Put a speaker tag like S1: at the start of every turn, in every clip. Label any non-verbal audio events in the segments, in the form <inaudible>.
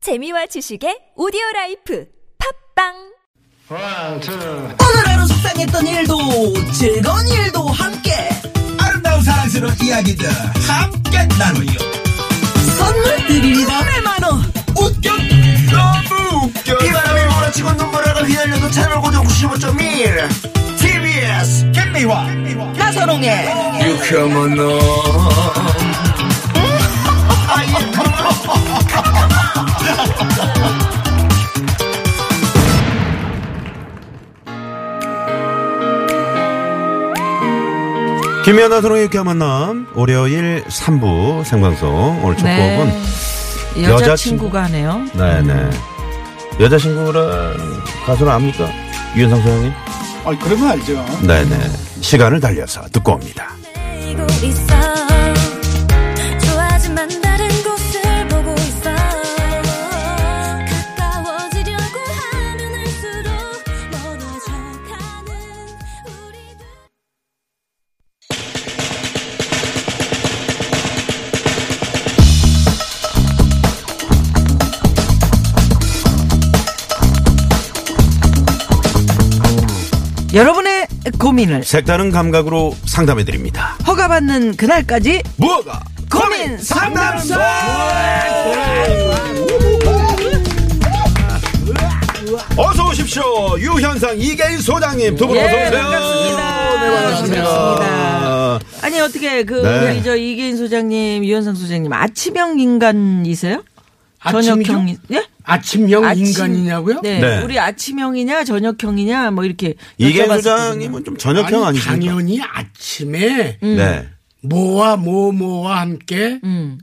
S1: 재미와 지식의 오디오 라이프 팝빵
S2: One, two.
S3: 오늘 하루 속상했던 일도 즐거운 일도 함께
S4: 아름다운 사랑스러운 이야기들 함께 나누요.
S3: 선물 드립니다 100만원
S4: 웃겨 너무 웃겨.
S5: 바람이 몰아치고 눈보라가 휘날려도 채널 고정 95.1 TBS
S4: 김미화
S3: 나선홍의
S6: 김연아 현 서로 유쾌한 만남 월요일 3부 생방송 오늘 첫
S7: 네.
S6: 곡은
S7: 여자친구가 하네요.
S6: 네네 여자친구라는 가수를 압니까 유현상 소장님?
S8: 아, 그러면 알죠.
S6: 네네 시간을 달려서 듣고 옵니다.
S9: 달리고 있어 좋아하지만 다른 곳을 보고 있어 가까워지려고 하면 할수록 멀어져가는 우리 둘
S7: 여러분의 고민을
S6: 색다른 감각으로 상담해 드립니다.
S7: 허가받는 그날까지
S6: 뭐가
S7: 고민 상담소.
S6: 어서 오십시오 유현상 이계인 소장님 두 분
S7: 예,
S6: 어서 오세요.
S7: 반갑습니다.
S6: 네 반갑습니다.
S7: 반갑습니다. 아니 어떻게 그
S6: 네.
S7: 우리 저 이계인 소장님, 유현상 소장님 아침형 인간이세요?
S8: 아침이요?
S7: 저녁형 예?
S8: 아침형
S7: 아침-
S8: 인간이냐고요?
S7: 네.
S6: 네.
S7: 우리 아침형이냐 저녁형이냐 뭐 이렇게
S6: 이계인
S7: 여쭤봤었거든요.
S6: 소장님은 좀
S8: 아니,
S6: 저녁형 아니십니까?
S8: 당연히 아침에
S6: 네.
S8: 뭐와 뭐 뭐와 함께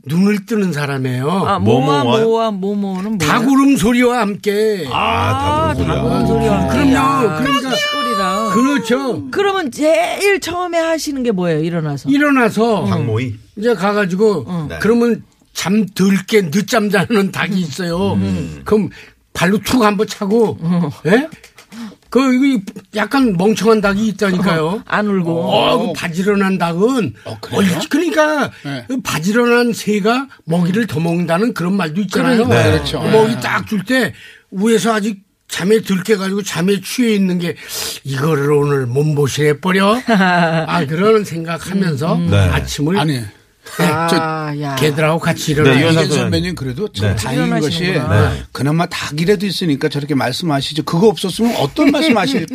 S8: 눈을 뜨는 사람이에요.
S7: 아, 모아
S6: 뭐뭐와요?
S7: 모아 모모는 뭐예요?
S8: 닭울음 소리와 함께.
S6: 아, 다그렇
S7: 아, 소리야.
S8: 그럼요. 그러니까
S7: 시골이라.
S8: 그렇죠.
S7: 그러면 제일 처음에 하시는 게 뭐예요? 일어나서.
S8: 일어나서
S6: 박모이.
S8: 이제 가가지고
S6: 네.
S8: 그러면 잠 들게 늦잠 자는 닭이 있어요.
S6: 음.
S8: 그럼 발로 툭 한번 차고,
S6: 어.
S8: 예? 그 이거 약간 멍청한 닭이 있다니까요.
S7: 안 울고.
S8: 어, 그 바지런한 닭은
S6: 어,
S8: 원래 그러니까
S6: 네.
S8: 그 바지런한 새가 먹이를 더 먹는다는 그런 말도 있잖아요.
S6: 그러니까요. 네. 그렇죠.
S8: 먹이 딱 줄 때 위에서 아직 잠에 들깨 가지고 잠에 취해 있는 게 이거를 오늘
S6: <laughs>
S8: 몸보신해 버려. 아 그런 생각하면서
S6: 네.
S8: 아침을
S10: 아니.
S7: 아, 야.
S8: 개들하고 네, 같이
S6: 네,
S8: 일어나.
S6: 이현상
S10: 이현
S6: 소장님.
S10: 선배님 그래도 참
S6: 네.
S10: 다행인 것이
S7: 일어나시는구나. 네.
S10: 그나마 닭이라도 있으니까 저렇게 말씀하시지 그거 없었으면 어떤
S7: <laughs>
S10: 말씀하실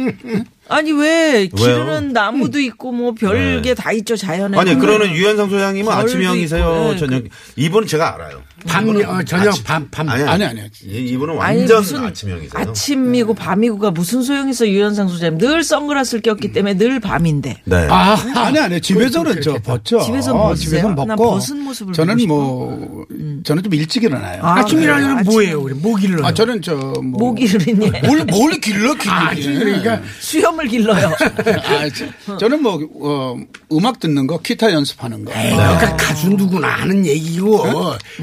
S7: 아니 왜
S6: 왜요?
S7: 기르는 나무도 있고 뭐 별게 다 있죠 자연에.
S6: 아니 그러는 유현상 소장님은
S7: 거울도 있고,
S6: 아침형이세요
S7: 네,
S6: 저녁 이분은 제가 알아요.
S8: 밤 어, 저녁 밤 밤.
S6: 아니
S10: 아니, 아니.
S6: 이- 이분은
S7: 아니,
S6: 완전
S7: 무슨
S6: 아침형이세요.
S7: 아침이고 밤이고가 무슨 소용 있어 유현상 소장님 늘 선글라스를 꼈기 때문에 늘 밤인데.
S6: 네.
S8: 아,
S10: 아니 아니 집에서는 저 벗죠.
S7: 그렇죠, 집에서
S10: 어,
S7: 벗으세요?
S10: 집에서
S7: 난
S10: 벗고
S7: 벗은 모습을 보고
S10: 저는
S7: 싶어. 음.
S10: 뭐 저는 좀 일찍 일어나요. 아,
S7: 아,
S8: 아침이라는
S7: 그래요?
S8: 건 뭐예요? 우리 모기를. 넣어요.
S10: 저는 저뭐
S7: 모기를 있네.
S10: <laughs> 뭘, 뭘 길러
S8: 아,
S10: 길러
S8: 그러니까
S7: 수염을 <laughs> 길러요.
S10: 아, 저- 저는 뭐 어, 음악 듣는 거, 기타 연습하는 거.
S8: 그러니까 가수 누구나 하는 얘기고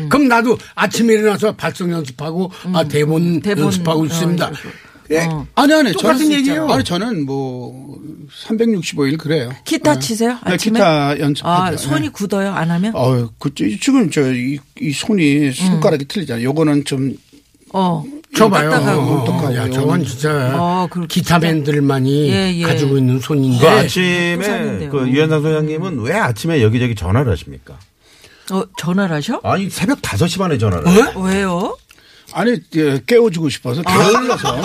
S8: 그럼 나도 아침에 일어나서 발성 연습하고 아, 대본,
S7: 대본,
S8: 연습하고
S7: 어,
S8: 있습니다.
S7: 이러고.
S8: 예.
S10: 아니 아니
S8: 똑같은
S10: 저는
S8: 얘기예요.
S10: 아니 저는 뭐 365일 그래요.
S7: 기타
S10: 네.
S7: 치세요?
S10: 네,
S7: 아침에?
S10: 기타 연습하죠.
S7: 아 손이
S10: 네.
S7: 굳어요 안 하면?
S10: 어, 그 지금 저이 이
S8: 음.
S10: 손이 손가락이 틀리잖아요. 요거는 좀
S7: 어.
S8: 저 봐요.
S7: 딱딱하고.
S10: 어떡하요?
S8: 야, 저건 진짜
S7: 아, 그렇게
S8: 기타맨들만이
S7: 진짜. 예, 예.
S8: 가지고 있는
S6: 그
S8: 손인데
S6: 아침에
S7: 부산인데요.
S6: 그 유현상 소장님은 왜 아침에 여기저기 전화를 하십니까?
S7: 어 전화를 하셔?
S6: 아니 새벽 5시 반에 전화를. 해요.
S7: 왜요?
S10: 아니 예, 깨워주고 싶어서
S8: 아.
S10: 게을러서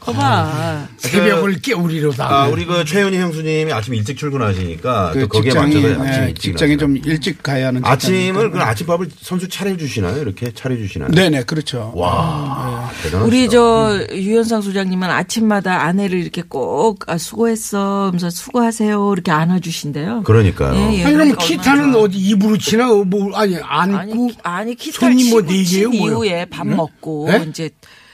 S7: 거봐.
S8: 새벽을 깨우리로다.
S6: 아, 우리 그 최윤희 형수님이 아침 일찍 출근하시니까 또
S10: 그
S6: 거기에
S10: 직장이
S6: 맞춰서
S10: 예,
S6: 아침 일찍
S10: 직장이
S6: 일어나세요.
S10: 좀 일찍 가야 하는
S6: 아침을
S10: 직장이니까.
S6: 그 아침밥을 선수 차려 주시나요? 이렇게 차려 주시나요?
S10: 네네 그렇죠.
S6: 와. 대단하시다.
S7: 우리 저 유현상 소장님은 아침마다 아내를 이렇게 꼭 아, 수고했어 하면서 수고하세요 이렇게 안아주신대요.
S6: 그러니까요.
S7: 예, 예.
S8: 아니 그럼
S7: 그러니까
S8: 기타는
S7: 얼마나
S8: 어디 입으로 치나 어, 뭐 아니 안고
S7: 아니, 아니 기타를
S8: 손이
S7: 치고
S8: 뭐
S7: 친
S8: 네개요 뭐요?
S7: 이후에 밥 먹고
S8: 네?
S7: 이제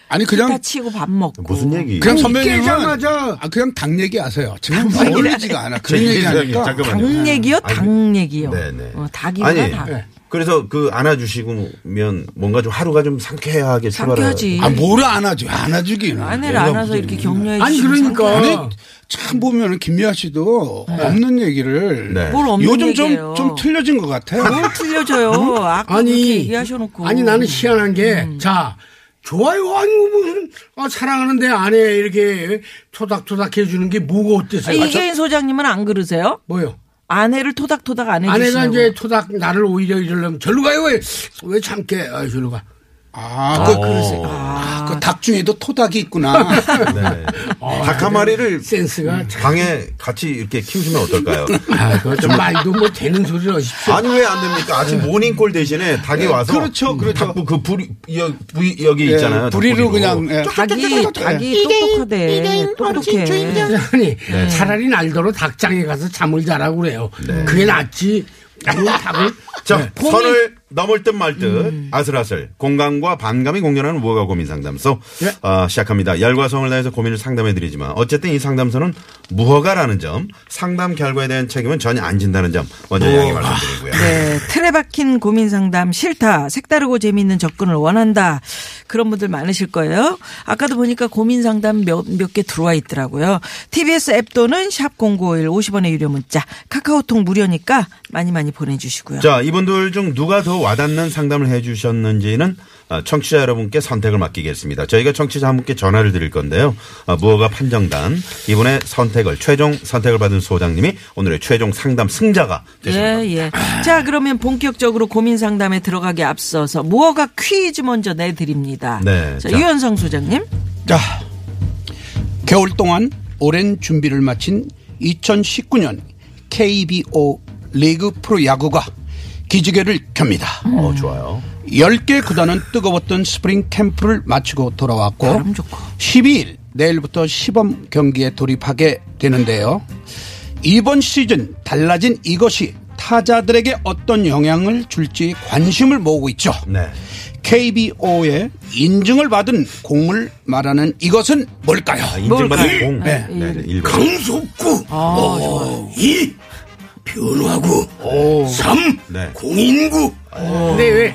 S10: 아니
S7: 기타
S10: 그냥
S7: 치고 밥 먹고
S6: 무슨 얘기?
S10: 그냥
S8: 음. 아니,
S10: 선배님은
S8: 깨자마자-
S10: 아, 그냥 당 얘기 하세요. 지금 어울리지가 않아. 그런
S6: 제
S10: 얘기 하니까
S6: 잠깐만요.
S7: 닭 얘기요,
S6: 음. 아니, 네.
S7: 닭 얘기요.
S6: 네네.
S7: 어, 닭이구나
S6: 아니
S7: 닭.
S6: 그래서 그 안아주시면 뭔가 좀 하루가 좀 상쾌하게 출발하
S7: 상쾌하지.
S10: 아, 뭐를 안아줘. 안아주기는.
S7: 아내를 안아서 이렇게 격려해
S8: 아니
S7: 주시면
S8: 그러니까
S10: 아니 참 보면은 김미아 씨도 없는 얘기를
S6: 네.
S7: 네. 뭘 없는
S10: 요즘
S7: 얘기예요.
S10: 좀, 좀 틀려진 것 같아요.
S7: 뭘 틀려줘요. 아까 그렇게 얘기하셔놓고.
S8: 아니 나는 희한한 게,
S7: 음.
S8: 자, 좋아요. 아니, 무슨, 아, 사랑하는 내 아내 이렇게 토닥토닥 해주는 게 뭐가
S7: 아,
S8: 어때서요?
S7: 이계인 소장님은 안 그러세요?
S8: 뭐요?
S7: 아내를 토닥토닥 안 해주시냐고.
S8: 아내가 이제 토닥 나를 오히려 이러려면 절로 가요. 왜, 왜 참게? 아, 절로 가.
S10: 아, 그,
S6: 그러세요.
S10: 그 닭 중에도 토닥이 <laughs> 있구나.
S6: 어, 네.
S10: 아,
S6: 닭 한
S10: 네.
S6: 마리를
S8: 센스가
S7: 음.
S8: 참.
S6: 방에 같이 이렇게 키우시면 어떨까요?
S8: 아, 그거 좀 말도 뭐 되는 소리를 하십시오.
S6: 아니 왜 안 됩니까? 아침 모닝콜 대신에 닭이 와서
S10: 네. 그렇죠, 그렇죠.
S6: 자꾸 그 부리 여, 부이- 여기
S10: 예,
S6: 있잖아요.
S10: 부리로
S6: 닭부리로.
S10: 그냥 예.
S7: 닭이, 닭이 똑똑하대. 똑똑해.
S8: 아니
S6: 네.
S8: 차라리 날더러 닭장에 가서 잠을 자라고 그래요. 그게 낫지. 뭐 닭을
S6: 자
S8: 네.
S6: 선을 넘을 듯 말 듯 아슬아슬 공감과 반감이 공존하는 무허가 고민 상담소
S8: 예.
S6: 아, 시작합니다. 열과 성을 다해서 고민을 상담해 드리지만 어쨌든 이 상담소는 무허가라는 점 상담 결과에 대한 책임은 전혀 안 진다는 점 먼저 양해 말씀드리고요.
S7: 네, 틀에 박힌 고민 상담 싫다. 색다르고 재미있는 접근을 원한다. 그런 분들 많으실 거예요. 아까도 보니까 고민 상담 몇 몇 개 들어와 있더라고요. TBS 앱 또는 샵 #0951 50원의 유료 문자, 카카오톡 무료니까 많이 많이 보내주시고요.
S6: 자, 이분들 중 누가 더 와닿는 상담을 해 주셨는지는 어, 청취자 여러분께 선택을 맡기겠습니다. 저희가 청취자 한 분께 전화를 드릴 건데요. 어, 무허가 판정단 이분의 선택을 최종 선택을 받은 소장님이 오늘의 최종 상담 승자가 되십니다.
S7: 예, 예. 자, 그러면 본격적으로 고민 상담에 들어가기 앞서서 무허가 퀴즈 먼저 내드립니다.
S6: 네,
S7: 자,
S6: 자.
S7: 유현성 소장님.
S10: 자, 겨울 동안 오랜 준비를 마친 2019년 KBO 리그 프로 야구가 기지개를 켭니다.
S6: 어,
S7: 네.
S6: 좋아요.
S10: 10개 구단은 뜨거웠던 스프링 캠프를 마치고 돌아왔고
S7: 바람 좋고.
S10: 12일 내일부터 시범 경기에 돌입하게 되는데요. 이번 시즌 달라진 이것이 타자들에게 어떤 영향을 줄지 관심을 모으고 있죠.
S6: 네.
S10: KBO의 인증을 받은 공을 말하는 이것은 뭘까요?
S6: 아, 인증받은 공.
S10: 네.
S6: 일번
S8: 강속구
S7: 아,
S8: 어, 2 변화구
S10: 오.
S8: 3
S6: 네.
S8: 공인구 근데 왜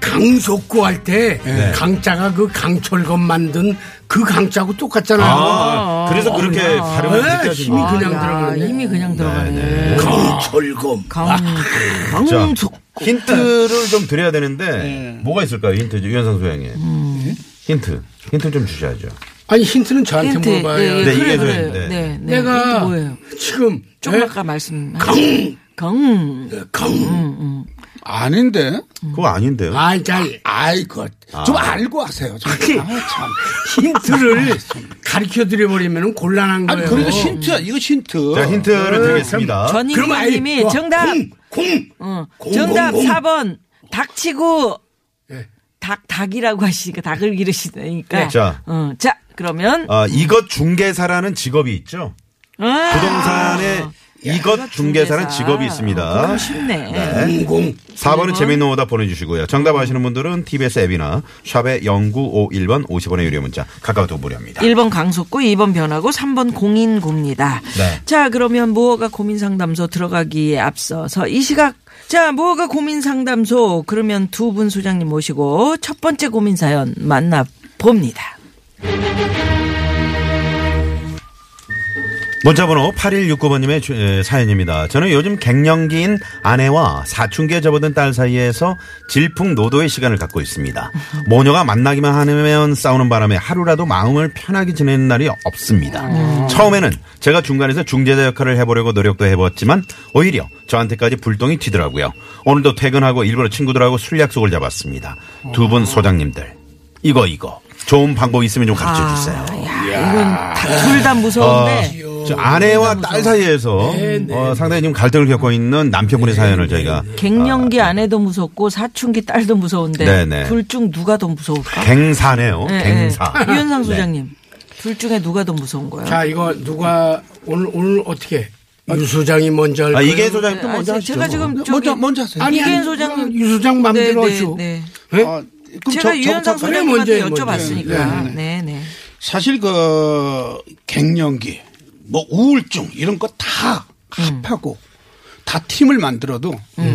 S8: 강속구 할 때 강자가 그 강철검 만든 그 강자하고 똑같잖아요.
S6: 아, 그래서 그렇게 아, 발음을
S8: 네, 힘이
S6: 느껴집니다.
S8: 그냥 들어가네.
S7: 이미 그냥 들어가네.
S8: 강철검.
S6: 아,
S7: 강,
S6: 자,
S7: 강속.
S6: 힌트를 좀 드려야 되는데 뭐가 있을까요? 힌트 유현상 소장님. 힌트. 힌트 좀 주셔야죠.
S8: 아니 힌트는 저한테
S7: 힌트.
S8: 물어봐요.
S7: 예,
S6: 네,
S7: 예, 그래,
S6: 이게
S7: 그래.
S6: 저- 네.
S7: 네, 네. 힌트
S8: 내가
S7: 뭐예요?
S8: 지금
S7: 조금
S8: 예?
S7: 아까 말씀. 강. 강.
S8: 강.
S7: 음,
S10: 아닌데.
S6: 그거 아닌데요.
S8: 아이, 잘, 아이, 것.
S10: 좀 알고 하세요. 좀. 아, 참.
S7: 아,
S8: 힌트를 가르쳐 드려버리면 곤란한
S10: 아니
S8: 거예요.
S10: 그래도 힌트야. 이거 힌트.
S6: 자, 힌트를 드리겠습니다.
S8: 그럼 아이,
S7: 전인님이
S8: 좋아.
S7: 정답.
S8: 공, 공.
S7: 어,
S8: 공,
S7: 정답
S8: 공, 공.
S7: 4번. 닥치고.
S8: 예.
S7: 닭, 닭이라고 하시니까 닭을 기르시니까.
S6: 네. 자.
S7: 어, 자, 그러면.
S6: 아, 이것 중개사라는 직업이 있죠.
S7: 아,
S6: 부동산에 이것 중개사라는 직업이
S7: 아,
S6: 있습니다.
S7: 그거 쉽네.
S8: 공공.
S6: 4번은 재미있는 오다 보내주시고요. 정답 아시는 분들은 TBS 앱이나 샵의 0951번 50원의 유료 문자 카카오톡 무료입니다.
S7: 1번 강속구, 2번 변하고, 3번 공인구입니다.
S6: 네.
S7: 자, 그러면 무허가 고민상담소 들어가기에 앞서서 이 시각, 자, 무허가 고민상담소, 그러면 두 분 소장님 모시고 첫 번째 고민사연 만나봅니다.
S6: 문자번호 8169번님의 사연입니다. 저는 요즘 갱년기인 아내와 사춘기에 접어든 딸 사이에서 질풍노도의 시간을 갖고 있습니다. 모녀가 만나기만 하면 싸우는 바람에 하루라도 마음을 편하게 지내는 날이 없습니다. 처음에는 제가 중간에서 중재자 역할을 해보려고 노력도 해봤지만 오히려 저한테까지 불똥이 튀더라고요. 오늘도 퇴근하고 일부러 친구들하고 술 약속을 잡았습니다. 두 분 소장님들 이거 이거 좋은 방법 있으면 좀 가르쳐 주세요.
S7: 야, 이건 둘 다
S8: 아.
S7: 무서운데.
S6: 아, 저 아내와 딸 사이에서 어, 상당히 지금 갈등을 겪고 있는 남편분의 사연을 저희가
S7: 갱년기 아내도 무섭고 사춘기 딸도 무서운데
S6: 네네.
S7: 둘 중 누가 더 무서울까?
S6: 갱사네요.
S7: 예, 예.
S6: 갱사.
S7: 유현상
S6: 네.
S7: 소장님 둘 중에 누가 더 무서운 거예요? 아,
S8: 자, 이거 누가 오늘 오늘 어떻게 유 소장이 먼저 할
S6: 아, 이게
S8: 거예요?
S6: 소장님 또
S7: 네, 아니,
S6: 먼저 하시죠. 뭐.
S7: 제가 지금
S8: 뭐.
S7: 저기
S10: 먼저 먼저 하세요.
S8: 아니,
S7: 이계인
S8: 아니,
S7: 소장은-
S8: 그건 유 소장 맘대로
S7: 네,
S8: 하죠.
S7: 네,
S8: 예?
S10: 아, 그럼
S7: 제가
S10: 저-
S7: 유현상
S10: 저부터 할까요?
S7: 소장님한테
S8: 그래, 먼저,
S7: 여쭤봤으니까
S10: 먼저.
S7: 네네.
S10: 사실 그 갱년기, 뭐 우울증 이런 거 다 합하고 다 팀을 만들어도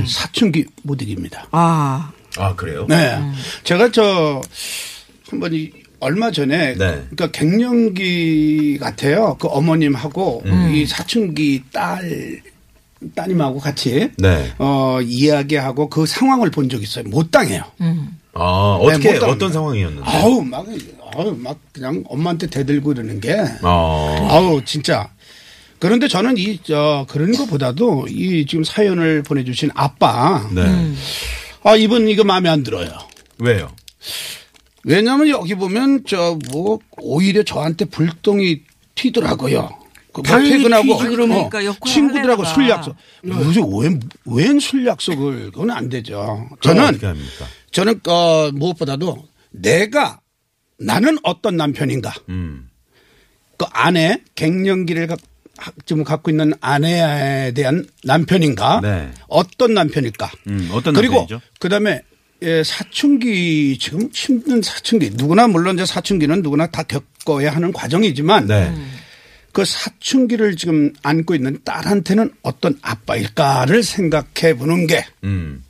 S10: 사춘기 못 이깁니다.
S7: 아
S6: 아 그래요?
S10: 네, 제가 저 네. 한번 이 얼마 전에
S6: 네.
S10: 그러니까 갱년기 같아요. 그 어머님하고
S6: 음.
S10: 이 사춘기 딸 따님하고 같이
S6: 네.
S10: 어 이야기하고 그 상황을 본 적 있어요. 못 당해요.
S6: 아, 어떻게
S10: 못 당합니다.
S6: 어떤 상황이었는데?
S10: 아우 막 아우 막 그냥 엄마한테 대들고 이러는 게
S6: 어.
S10: 아우 진짜. 그런데 저는 이 저 그런 것보다도 이 지금 사연을 보내주신 아빠
S6: 네.
S10: 아 이분 이거 마음에 안 들어요.
S6: 왜요?
S10: 왜냐하면 여기 보면 저 뭐 오히려 저한테 불똥이 튀더라고요. 그뭐
S8: 당연히
S10: 퇴근하고
S8: 튀지, 그러면.
S10: 어,
S7: 그러니까 역할을
S10: 친구들하고
S7: 하려다가.
S10: 술 약속. 요새 웬, 웬 술 약속을 그건 안 되죠.
S6: 그럼
S10: 저는
S6: 어떻게 합니까?
S10: 저는 어, 무엇보다도 내가 나는 어떤 남편인가.
S6: 음.
S10: 그 아내 갱년기를 가- 하- 지금 갖고 있는 아내에 대한 남편인가
S6: 네.
S10: 어떤 남편일까
S6: 음, 어떤
S10: 그리고
S6: 남편이죠?
S10: 그다음에 예, 사춘기 지금 힘든 사춘기 누구나 물론 이제 사춘기는 누구나 다 겪어야 하는 과정이지만
S6: 네.
S10: 그 사춘기를 지금 안고 있는 딸한테는 어떤 아빠일까를 생각해 보는 게
S6: 음.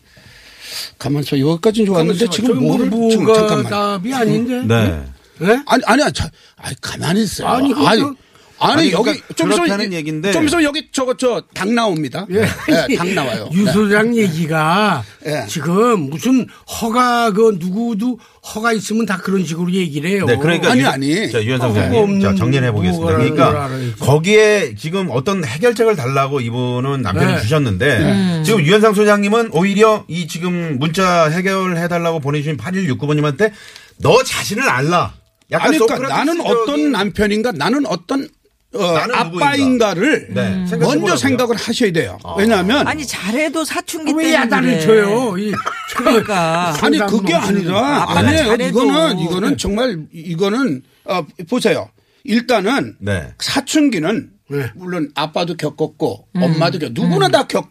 S10: 가만있어 여기까지는 좋았는데
S8: 그러니까
S10: 지금 뭐를 지금
S8: 뭐가
S10: 잠깐만
S8: 답이 아닌데.
S6: 네.
S8: 예?
S10: 아니 아니야 저, 아니 가만히 있어요
S8: 아니,
S10: 아니
S8: 그거-
S10: 아니,
S6: 아니,
S10: 여기
S6: 그러니까
S10: 좀
S6: 그렇다는
S10: 있으면
S6: 얘긴데.
S10: 좀 있으면 여기 저거 저 당 나옵니다 예. 네,
S6: <laughs>
S10: 당 나와요
S8: 유
S10: 네.
S8: 소장 얘기가
S10: 예.
S8: 지금 무슨 허가 그 누구도 허가 있으면 다 그런 식으로 얘기를 해요.
S6: 네, 그러니까
S10: 아니,
S6: 유-
S10: 아니.
S6: 자, 유현상
S8: 그거
S6: 선생님,
S8: 없는
S6: 자, 정리해 보겠습니다.
S8: 뭐라는 걸
S6: 그러니까
S8: 알아야지.
S6: 거기에 지금 어떤 해결책을 달라고 이분은 남편을
S8: 네.
S6: 주셨는데
S7: 음.
S6: 지금 유현상 소장님은 오히려 이 지금 문자 해결해 달라고 보내주신 8169번님한테 너 자신을 알라. 약간
S10: 아니 그러니까
S6: 소크라테스적인-
S10: 나는 어떤 남편인가 나는 어떤 어,
S6: 나는
S10: 아빠인가를
S6: 네, 생각해보라고요.
S10: 먼저 생각을 하셔야 돼요 왜냐하면
S7: 아니 잘해도 사춘기 때문에
S8: 왜 야단을 쳐요? 이,
S7: 그러니까.
S10: 아니 그게 아니라
S7: 아빠가
S10: 아니에요.
S7: 잘해도.
S10: 이거는 이거는 정말 이거는 어, 보세요. 일단은
S6: 네.
S10: 사춘기는
S8: 네.
S10: 물론 아빠도 겪었고 엄마도 겪 누구나 다 겪,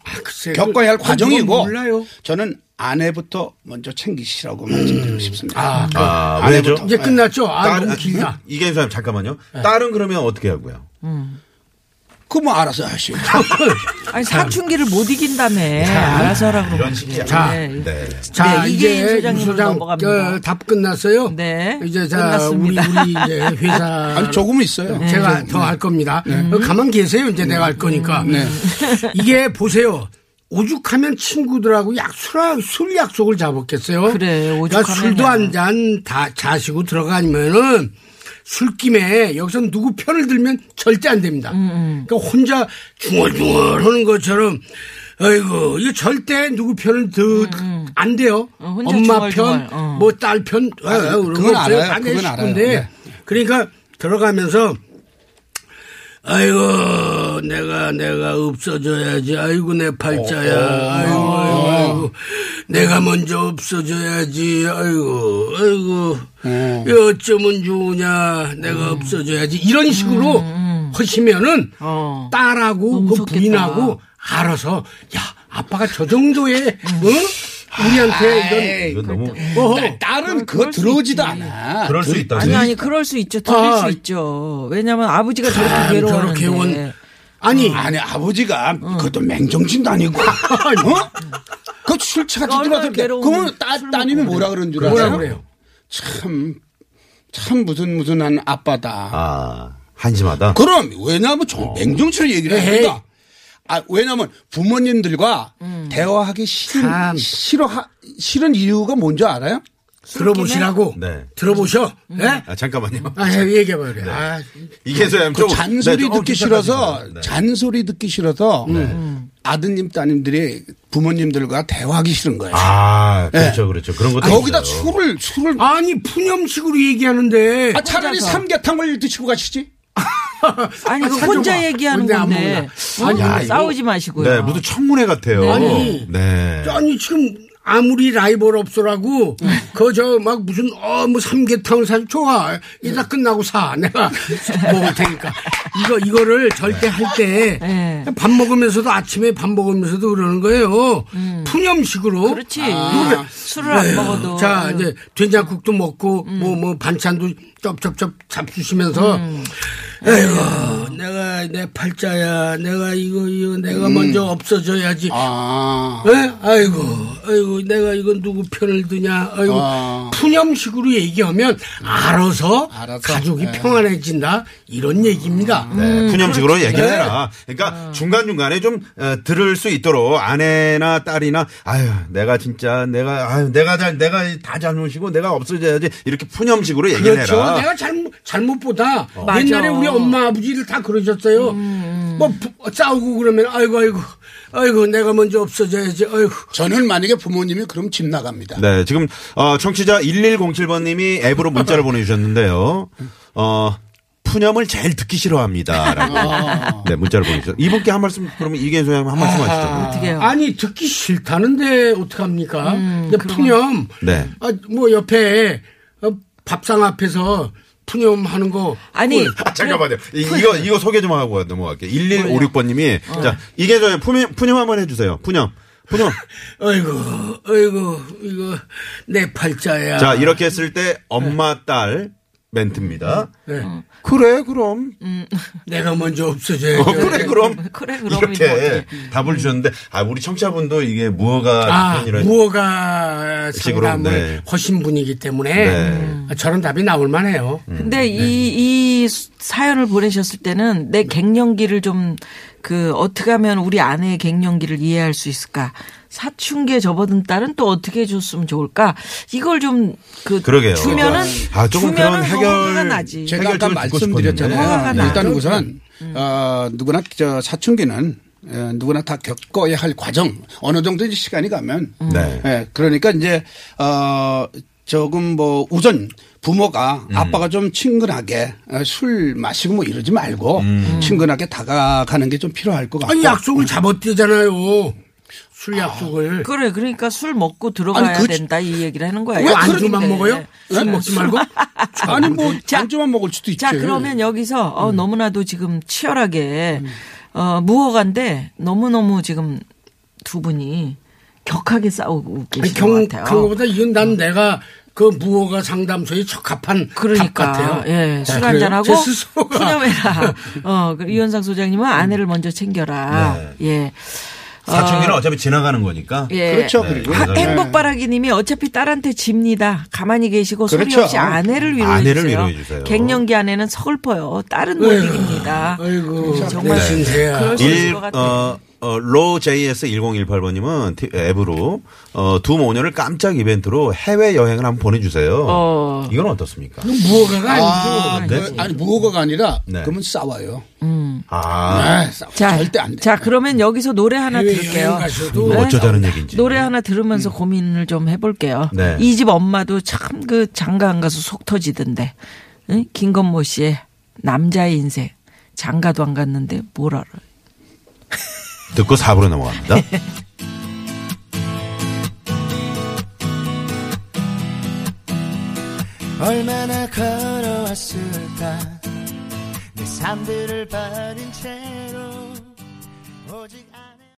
S10: 겪어야 할
S8: 그-
S10: 과정이고
S8: 그건 몰라요.
S10: 저는 아내부터 먼저 챙기시라고 말씀드리고 싶습니다.
S8: 아, 그-
S6: 아,
S10: 아내부터. 네.
S6: 왜죠?
S8: 이제 끝났죠. 아,
S6: 딸-
S8: 너무
S6: 아,
S8: 길다.
S6: 이게 선생님 잠깐만요. 딸은 그러면 어떻게 하고요?
S10: 그 뭐 알아서 하시오.
S7: 아니 사춘기를 못 이긴다며 알아서 하라고
S6: 이런 식이야.
S8: 자.
S10: 음.
S7: 네.
S6: 네.
S8: 자,
S7: 네, 이계인
S8: 이제
S7: 소장님으로
S8: 유 소장
S7: 넘어갑니다.
S8: 어, 답 끝났어요.
S7: 네,
S8: 이제 자
S7: 끝났습니다.
S8: 우리 우리 이제 회사
S10: <laughs> 아니 조금은 있어요.
S8: 음,
S7: 네,
S10: 음.
S8: 제가 더 할 겁니다. 어, 가만 계세요. 이제 내가 할 거니까.
S7: 네.
S8: <laughs> 이게 보세요. 오죽하면 친구들하고 약, 술, 술 약속을 잡았겠어요.
S7: 그래,
S8: 그러니까
S7: 오죽하면요.
S8: 술도 한 잔 다 자시고 들어가면은 술김에 여기서 누구 편을 들면 절대 안 됩니다.
S7: 음,
S8: 그러니까 혼자 중얼중얼 하는 것처럼 아이고 이거 절대 누구 편을 들안 돼요.
S7: 음, 어, 혼자 중얼중얼,
S8: 엄마 편,
S7: 어.
S8: 뭐 딸 편, 아, 아, 그런
S10: 그건
S8: 거 없어요.
S10: 알아요.
S8: 다
S10: 그건 알아요.
S8: 내 식구인데.
S10: 네.
S8: 그러니까 들어가면서 아이고 내가 내가 없어져야지 아이고 내 팔자야 아이고 아이고, 아이고 내가 먼저 없어져야지 아이고 아이고 이거 어쩌면 좋으냐
S7: 음.
S8: 내가 없어져야지 이런 식으로 하시면은
S7: 어.
S8: 딸하고
S7: 너무
S8: 그
S7: 좋겠다.
S8: 부인하고 알아서 야 아빠가 저 정도의
S7: 음.
S8: 응?
S7: 아,
S8: 우리한테
S6: 이건 너무
S8: 이런 어,
S10: 딸은 그거 들어오지도 않아.
S6: 그럴 수 있다.
S7: 아니 아니 그럴 수 있죠 들을
S8: 아.
S7: 수 있죠 왜냐면 아버지가 저렇게
S8: 참,
S7: 괴로워하는데
S8: 저렇게 원 아니
S10: 아니 아버지가 그것도 맹정신도 아니고. 어? 그술 차가지고
S7: 얼마나
S10: 들어서
S7: 괴로운
S10: 그러면 따-
S7: 술 먹고
S10: 따님이 뭐라 그런 줄 알아요?
S8: 뭐라 그래요
S10: 참, 참 무슨 무슨 한 아빠다.
S6: 아, 어. 한심하다.
S10: 그럼 왜냐하면 좀 맹정치로 얘기를
S8: 에헤이.
S10: 합니다. 아, 왜냐하면 부모님들과 대화하기 싫은
S8: 참.
S10: 싫어 싫은 이유가 뭔지 알아요?
S8: 들어보시라고
S6: 네.
S8: 들어보셔
S7: 음.
S8: 네?
S6: 아, 잠깐만요.
S8: 아, 얘기해봐요.
S7: 네.
S8: 그래. 아,
S6: 이게 소장님
S10: 그
S6: 좀
S10: 잔소리
S6: 네, 좀 시작하지
S10: 듣기 싫어서
S6: 마세요. 네.
S10: 잔소리 듣기 싫어서 음. 아드님 따님들이 부모님들과 대화하기 싫은 거예요.
S6: 아, 그렇죠,
S8: 네.
S6: 그렇죠. 그런 것도
S10: 거기다
S6: 있어요.
S10: 술을 술을 아,
S8: 아니 푸념식으로 얘기하는데
S7: 아,
S10: 차라리 삼계탕을 드시고 가시지.
S7: 아니 그
S8: 사줘봐.
S7: 혼자 얘기하는
S8: 근데 안
S7: 건데
S8: 먹나? 아니,
S7: 어,
S8: 이거-
S7: 싸우지 마시고요
S6: 네, 무슨 청문회 같아요.
S8: 아니.
S6: 네.
S8: 아니 지금 아무리 라이벌 없어라고
S7: 네.
S8: 그 저 막 무슨 어 뭐 삼계탕을 사 좋아 이다 끝나고 사 내가 <laughs> 먹을 테니까 이거 이거를 절대 할 때
S7: 네.
S8: 밥 먹으면서도 아침에 밥 먹으면서도 그러는 거예요 푸념식으로
S7: 음.
S8: 아. 네.
S7: 그렇지 술을 안 먹어도 음.
S8: 자
S7: 음.
S8: 이제 된장국도 먹고 뭐 뭐 반찬도 쩝쩝쩝 잡수시면서 아이고 내가 내 팔자야 내가 이거 이거 내가
S7: 음.
S8: 먼저 없어져야지
S5: 아.
S8: 에? 아이고, 아이고, 내가 이건 누구 편을 드냐? 아이고,
S5: 아.
S8: 푸념식으로 얘기하면 알아서,
S5: 알아서,
S8: 가족이
S5: 네.
S8: 평안해진다 이런 얘기입니다.
S6: 네, 푸념식으로 얘기해라. 그러니까 중간 중간에 좀 어, 들을 수 있도록 아내나 딸이나 아유 내가 진짜 내가 아유 내가 잘 내가 다 잘못이고 내가 없어져야지 이렇게 푸념식으로 얘기해라.
S8: 그렇죠. 내가 잘못 잘못보다
S7: 맞아. 음,
S8: 옛날에 우리 엄마 아버지를 다 그러셨어요. 뭐 부- 싸우고 그러면 아이고 아이고 아이고 내가 먼저 없어져야지. 아이고
S5: 저는 만약에 부모님이 그럼 집 나갑니다.
S6: 네, 지금 어, 청취자 1107번님이 앱으로 문자를 보내주셨는데요. 어, 푸념을 제일 듣기
S8: 아.
S6: 싫어합니다. 네, 문자를 보내주셨. 이분께 한 말씀 그러면 이계수 형님 한 말씀 하시죠.
S7: 어떻게 해요? 음,
S8: 아니 듣기 싫다는데 어떡합니까? 근데 푸념
S6: 네.
S8: 아, 뭐 옆에 어, 밥상 앞에서 푸념 하는 거
S7: 아니
S6: 아, 잠깐만요. 이, 이거 이거 소개 좀 하고 넘어갈게요. 1156번님이 자 이계수 형 푸념 푸념 한번 해주세요. 푸념 푸념.
S8: 아이고, 아이고, 이거 내 팔자야.
S6: 자 이렇게 했을 때 엄마 딸 멘트입니다.
S8: 네.
S6: 그래 그럼
S8: 내가 먼저 없어져야
S6: 어,
S8: 돼.
S6: 그래 그럼
S7: 그래, 그럼이 뭐
S6: 이렇게
S7: 어때?
S6: 답을 주셨는데 아 우리 청취자분도 이게 무허가
S8: 아,
S6: 답변이라-
S8: 무허가
S6: 식으로,
S8: 상담을
S6: 네.
S8: 하신 분이기 때문에
S6: 네. 음.
S8: 저런 답이 나올 만해요.
S7: 근데 이, 이 사연을 보내셨을 때는
S6: 네.
S7: 내 갱년기를 좀 그 어떻게 하면 우리 아내의 갱년기를 이해할 수 있을까? 사춘기에 접어든 딸은 또 어떻게 해줬으면 좋을까? 이걸 좀그
S6: 그러게요.
S7: 주면은
S6: 아, 조금 그런 해결-
S7: 주면은 허가 나지.
S6: 제-
S10: 제가 아까
S6: 해결책을 듣고
S10: 말씀드렸잖아요. 네.
S7: 싶었는데.
S10: 일단
S7: 화가 나.
S10: 우선 어, 누구나 저 사춘기는 어, 누구나 다 겪어야 할 과정 어느 정도 이제 시간이 가면
S6: 네.
S10: 예, 그러니까 이제 어 조금 뭐 우선 부모가 아빠가 좀 친근하게 어, 술 마시고 뭐 이러지 말고 친근하게 다가가는 게 좀 필요할 것 같고
S8: 아니, 약속을 잡아뛰잖아요. 술 약속을.
S7: 그래 그러니까 술 먹고 들어가야
S10: 아니, 그-
S7: 된다 이 얘기를 하는 거야.
S8: 왜
S7: 이거
S8: 안주만
S7: 아닌데. 네,
S8: 먹어요? 술 먹지 말고?
S10: 아니 뭐
S7: <laughs> 자,
S10: 안주만 먹을 수도 있죠.
S7: 자 그러면 여기서 어, 너무나도 지금 치열하게 어, 무허가인데 너무 너무 지금 두 분이 격하게 싸우고
S8: 아니,
S7: 계신
S8: 경,
S7: 것 같아요.
S8: 그거보다 이건 난 내가 그 무허가 상담소에 적합한 답
S7: 그러니까
S8: 같아요.
S7: 예, 술
S8: 그래요?
S7: 한잔하고
S8: 제 스스로가.
S7: 푸념해라. 어, 그 이현상 소장님은 아내를 먼저 챙겨라. 예.
S6: 사춘기는 어차피 지나가는 거니까.
S7: 예.
S10: 그렇죠.
S6: 네.
S10: 그리고
S6: 하-
S7: 하- 행복바라기님이 어차피 딸한테 집니다. 가만히 계시고 소리
S10: 그렇죠.
S7: 없이 아내를 위로해
S6: 아내를
S7: 주세요.
S6: 위로해 주세요.
S7: 갱년기 아내는 서글퍼요. 딸은 못
S8: 에휴,
S7: 이깁니다.
S8: 아이고,
S7: 정말
S8: 내 신세야.
S7: 그럴 수 있을
S6: 일,
S7: 것 같아요.
S6: 어, 어, 로JS1018번님은 앱으로 어, 두 모녀를 깜짝 이벤트로 해외여행을 한번 보내주세요.
S7: 어.
S6: 이건 어떻습니까?
S8: 무허가가 아니고.
S10: 아,
S7: 네.
S10: 그, 아니 무허가가 아니라
S6: 네.
S10: 그러면 싸워요.
S6: 아,
S10: 아, 싸워.
S7: 자,
S10: 절대 안 돼. 아,
S7: 자, 그러면 여기서 노래 하나
S8: 해외
S7: 들을게요.
S8: 여행 가셔도
S7: 네.
S6: 어쩌자는 얘기인지.
S7: 노래 하나
S10: 음.
S7: 들으면서 고민을 좀 해볼게요.
S6: 네.
S7: 이 집 엄마도 참 그 장가 안 가서 속 터지던데. 응? 김건모 씨의 남자의 인생. 장가도 안 갔는데 뭘 알아.
S6: 듣고 4부로 넘어갑니다.
S3: 얼마나 걸어왔을까 내 삶들을 바른 채로 오직 아-